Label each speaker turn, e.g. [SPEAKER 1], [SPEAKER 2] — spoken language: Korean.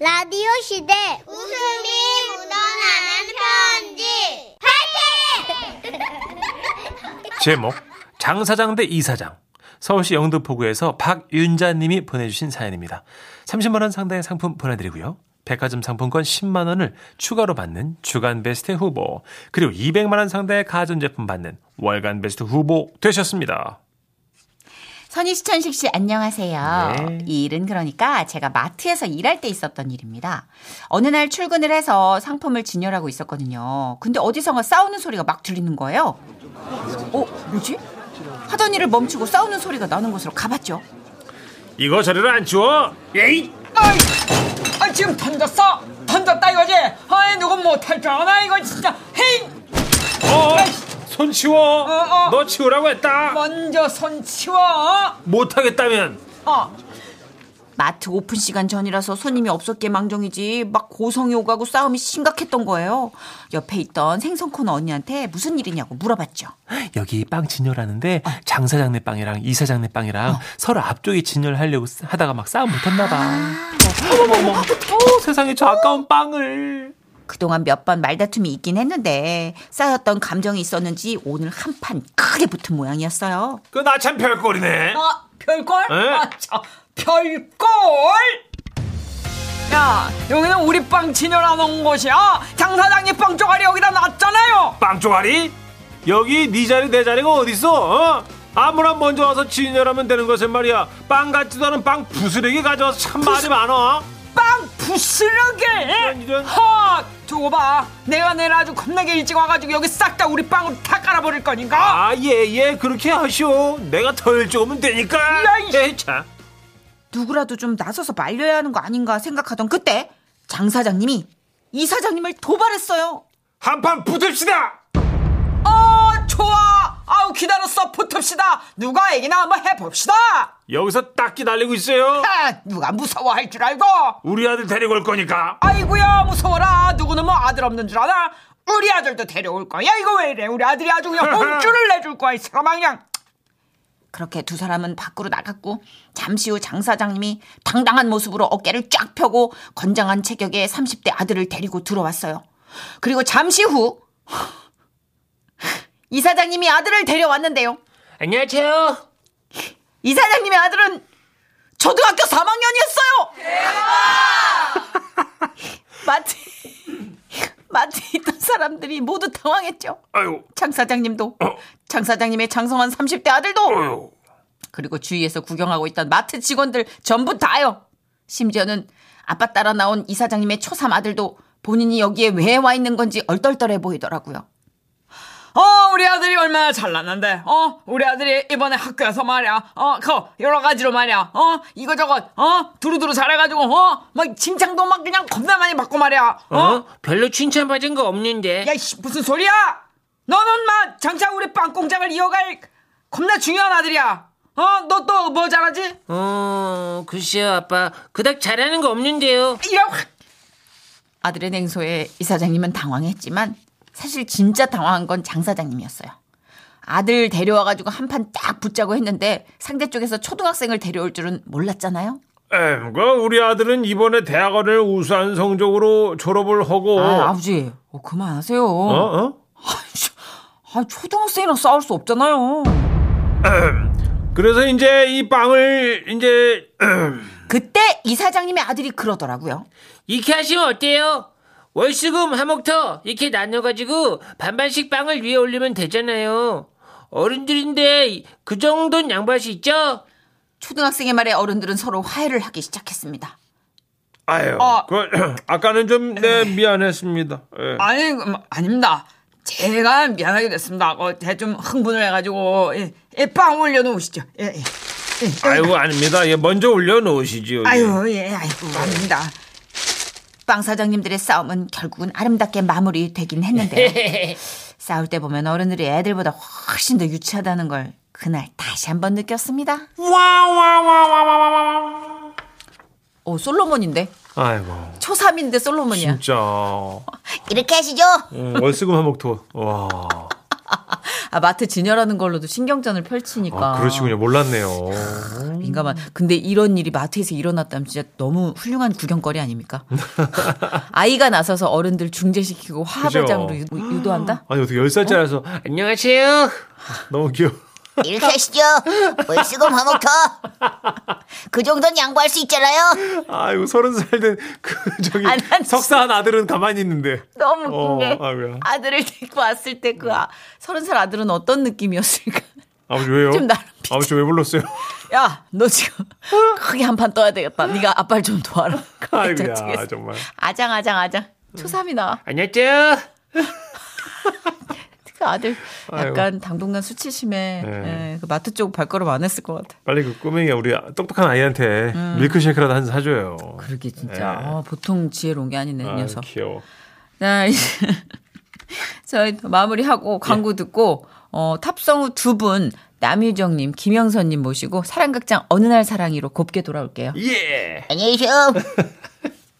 [SPEAKER 1] 라디오 시대 웃음이 묻어나는 편지
[SPEAKER 2] 제목 장사장 대 이사장 서울시 영등포구에서 박윤자님이 보내주신 사연입니다. 30만 원 상당의 상품 보내드리고요. 백화점 상품권 10만 원을 추가로 받는 주간 베스트 후보 그리고 200만 원 상당의 가전제품 받는 월간 베스트 후보 되셨습니다.
[SPEAKER 3] 선희 씨, 천식 씨, 안녕하세요.
[SPEAKER 2] 네.
[SPEAKER 3] 이 일은 그러니까 제가 마트에서 일할 때 있었던 일입니다. 어느 날 출근을 해서 상품을 진열하고 있었거든요. 근데 어디선가 싸우는 소리가 막 들리는 거예요. 어, 뭐지? 하던 일을 멈추고 싸우는 소리가 나는 곳으로 가봤죠.
[SPEAKER 2] 이거 저리로 안 주워? 예이!
[SPEAKER 4] 아이, 아 지금 던졌어? 던졌다 이거지? 아이 누군 못할 줄 아나 이거 진짜 헤이
[SPEAKER 2] 어! 손 치워!
[SPEAKER 4] 어, 어.
[SPEAKER 2] 너 치우라고 했다!
[SPEAKER 4] 먼저 손 치워 어?
[SPEAKER 2] 못하겠다면
[SPEAKER 4] 어
[SPEAKER 3] 마트 오픈 시간 전이라서 손님이 없었기에 망정이지 막 고성이 오가고 싸움이 심각했던 거예요. 옆에 있던 생선 코너 언니한테 무슨 일이냐고 물어봤죠.
[SPEAKER 2] 여기 빵 진열하는데
[SPEAKER 4] 어.
[SPEAKER 2] 장사장네 빵이랑 이사장네 빵이랑 서로 앞쪽에 진열하려고 쓰- 하다가 막 싸움 못했나 봐.
[SPEAKER 4] 아.
[SPEAKER 2] 어머머머. 어, 세상에 저 아까운 빵을.
[SPEAKER 3] 그동안 몇 번 말다툼이 있긴 했는데 쌓였던 감정이 있었는지 오늘 한 판 크게 붙은 모양이었어요.
[SPEAKER 2] 그 나 참 별꼴이네.
[SPEAKER 4] 아, 별걸?
[SPEAKER 2] 에?
[SPEAKER 4] 아, 참, 별걸? 야 여기는 우리 빵 진열 안 온 곳이야 장사장님 빵 쪼가리 여기다 놨잖아요
[SPEAKER 2] 빵 조가리? 여기 네 자리 내 자리가 어딨어? 어? 아무나 먼저 와서 진열하면 되는 것을 말이야. 빵 같지도 않은 빵 부스러기 가져와서 참 말이 많아.
[SPEAKER 4] 빵 부스러기
[SPEAKER 2] 이런, 이런.
[SPEAKER 4] 헉 두고 봐 내가 내일 아주 겁나게 일찍 와가지고 여기 싹 다 우리 빵으로 다 깔아버릴 거니까
[SPEAKER 2] 아, 예, 예, 그렇게 하시오. 내가 덜 쪼으면 되니까. 예,
[SPEAKER 4] 야, 이-
[SPEAKER 2] 에이, 참.
[SPEAKER 3] 누구라도 좀 나서서 말려야 하는 거 아닌가 생각하던 그때 장 사장님이 이 사장님을 도발했어요.
[SPEAKER 2] 한판 붙읍시다! 아.
[SPEAKER 4] 어, 좋아. 아우, 기다렸어. 붙읍시다. 누가 얘기나 한번 해봅시다.
[SPEAKER 2] 여기서 딱 기다리고 있어요.
[SPEAKER 4] 아, 누가 무서워할 줄 알고.
[SPEAKER 2] 우리 아들 데리고 올 거니까.
[SPEAKER 4] 아이고야, 무서워라. 누구는 뭐 아들 없는 줄 아나? 우리 아들도 데려올 거야. 이거 왜 이래? 우리 아들이 아주 그냥 혼쭐을 내줄 거야. 이 사람아, 그냥.
[SPEAKER 3] 그렇게 두 사람은 밖으로 나갔고 잠시 후 장 사장님이 당당한 모습으로 어깨를 쫙 펴고 건장한 체격의 30대 아들을 데리고 들어왔어요. 그리고 잠시 후 이사장님이 아들을 데려왔는데요.
[SPEAKER 2] 안녕하세요.
[SPEAKER 3] 이 사장님의 아들은 초등학교 3학년이었어요. 마트 마트 있던 사람들이 모두 당황했죠.
[SPEAKER 2] 아유,
[SPEAKER 3] 장 사장님도 장 사장님의 장성한 30대 아들도
[SPEAKER 2] 아유.
[SPEAKER 3] 그리고 주위에서 구경하고 있던 마트 직원들 전부 다요. 심지어는 아빠 따라 나온 이 사장님의 초삼 아들도 본인이 여기에 왜 와 있는 건지 얼떨떨해 보이더라고요.
[SPEAKER 4] 어, 우리 아들이 얼마나 잘났는데. 어, 우리 아들이 이번에 학교에서 말이야. 어, 그, 여러 가지로 말이야. 어, 이거저것. 어, 두루두루 잘해가지고. 어, 막 칭찬도 막 그냥 겁나 많이 받고 말이야. 어?
[SPEAKER 5] 별로 칭찬받은 거 없는데.
[SPEAKER 4] 야, 씨, 무슨 소리야? 너는 마, 장차 우리 빵 공장을 이어갈 겁나 중요한 아들이야. 어, 너 또 뭐 잘하지?
[SPEAKER 5] 어, 글쎄요, 아빠. 그닥 잘하는 거 없는데요.
[SPEAKER 4] 이야, 확.
[SPEAKER 3] 아들의 냉소에 이 사장님은 당황했지만 사실 진짜 당황한 건 장 사장님이었어요. 아들 데려와가지고 한 판 딱 붙자고 했는데 상대 쪽에서 초등학생을 데려올 줄은 몰랐잖아요.
[SPEAKER 2] 엠, 그 우리 아들은 이번에 대학원을 우수한 성적으로 졸업을 하고.
[SPEAKER 3] 아, 버지 그만하세요.
[SPEAKER 2] 어? 어?
[SPEAKER 3] 아, 초등학생이랑 싸울 수 없잖아요.
[SPEAKER 2] 그래서 이제 이 빵을 이제
[SPEAKER 3] 그때 이 사장님의 아들이 그러더라고요.
[SPEAKER 5] 이렇게 하시면 어때요? 월수금 하목터 이렇게 나눠가지고 반반씩 빵을 위에 올리면 되잖아요. 어른들인데 그 정도는 양보할 수 있죠?
[SPEAKER 3] 초등학생의 말에 어른들은 서로 화해를 하기 시작했습니다.
[SPEAKER 2] 아유.
[SPEAKER 4] 어.
[SPEAKER 2] 그, 아까는 좀 네, 미안했습니다. 예.
[SPEAKER 4] 아니, 음, 아닙니다. 제가 미안하게 됐습니다. 어, 제가 좀 흥분을 해가지고, 예, 예, 빵 올려놓으시죠. 예, 예. 예,
[SPEAKER 2] 아이고 아닙니다. 예, 먼저 올려 놓으시지요.
[SPEAKER 4] 아유, 예, 아이고, 아닙니다.
[SPEAKER 3] 빵 사장님들의 싸움은 결국은 아름답게 마무리되긴 했는데요. 싸울 때 보면 어른들이 애들보다 훨씬 더 유치하다는 걸 그날 다시 한번 느꼈습니다. 어, 솔로몬인데?
[SPEAKER 2] 아이고.
[SPEAKER 3] 초삼인데 솔로몬이야.
[SPEAKER 2] 진짜.
[SPEAKER 1] 이렇게 하시죠
[SPEAKER 2] 음, 월수금 한목토. 와.
[SPEAKER 3] 아, 마트 진열하는 걸로도 신경전을 펼치니까.
[SPEAKER 2] 아, 그러시군요. 몰랐네요.
[SPEAKER 3] 민감한. 근데 이런 일이 마트에서 일어났다면 진짜 너무 훌륭한 구경거리 아닙니까? 아이가 나서서 어른들 중재시키고 화합장으로
[SPEAKER 2] 그죠.
[SPEAKER 3] 유도한다?
[SPEAKER 2] 아니 어떻게 10살짜리라서
[SPEAKER 5] 안녕하세요.
[SPEAKER 2] 너무 귀여워.
[SPEAKER 1] 이렇게 하시죠. 월수금 화목터. 그 정도는 양보할 수 있잖아요.
[SPEAKER 2] 아이고 30살 된 그 저기
[SPEAKER 3] 아니, 아니,
[SPEAKER 2] 석사한 아들은 가만히 있는데.
[SPEAKER 3] 너무
[SPEAKER 2] 어,
[SPEAKER 3] 웃긴 게
[SPEAKER 2] 아이고야.
[SPEAKER 3] 아들을 데리고 왔을 때 그 서른 살 아들은 어떤 느낌이었을까?
[SPEAKER 2] 아버지 왜요?
[SPEAKER 3] 좀 나름 비슷해.
[SPEAKER 2] 아버지 왜 불렀어요?
[SPEAKER 3] 야, 너 지금 크게 한 판 떠야 되겠다. 네가 아빠를 좀 도와라.
[SPEAKER 2] 아이고야
[SPEAKER 3] 좌측에서.
[SPEAKER 2] 정말.
[SPEAKER 3] 아장 아장 아장. 초삼이 나와.
[SPEAKER 5] 안녕하세요.
[SPEAKER 3] 그 아들 약간
[SPEAKER 2] 아이고.
[SPEAKER 3] 당분간 수치심에
[SPEAKER 2] 네.
[SPEAKER 3] 예, 그 마트 쪽 발걸음 안 했을 것 같아.
[SPEAKER 2] 빨리 그 꼬맹이가 우리 똑똑한 아이한테 밀크쉐이크라도 한 잔 사줘요.
[SPEAKER 3] 그러게 진짜 아, 보통 지혜로운 게 아니네 이
[SPEAKER 2] 아,
[SPEAKER 3] 녀석.
[SPEAKER 2] 귀여워.
[SPEAKER 3] 자 이제 저희 또 마무리하고 광고 듣고 어, 탑성우 두 분 남유정님, 김영선님 모시고 사랑극장 어느 날 사랑이로 곱게 돌아올게요.
[SPEAKER 2] 예.
[SPEAKER 1] 안녕히 계세요.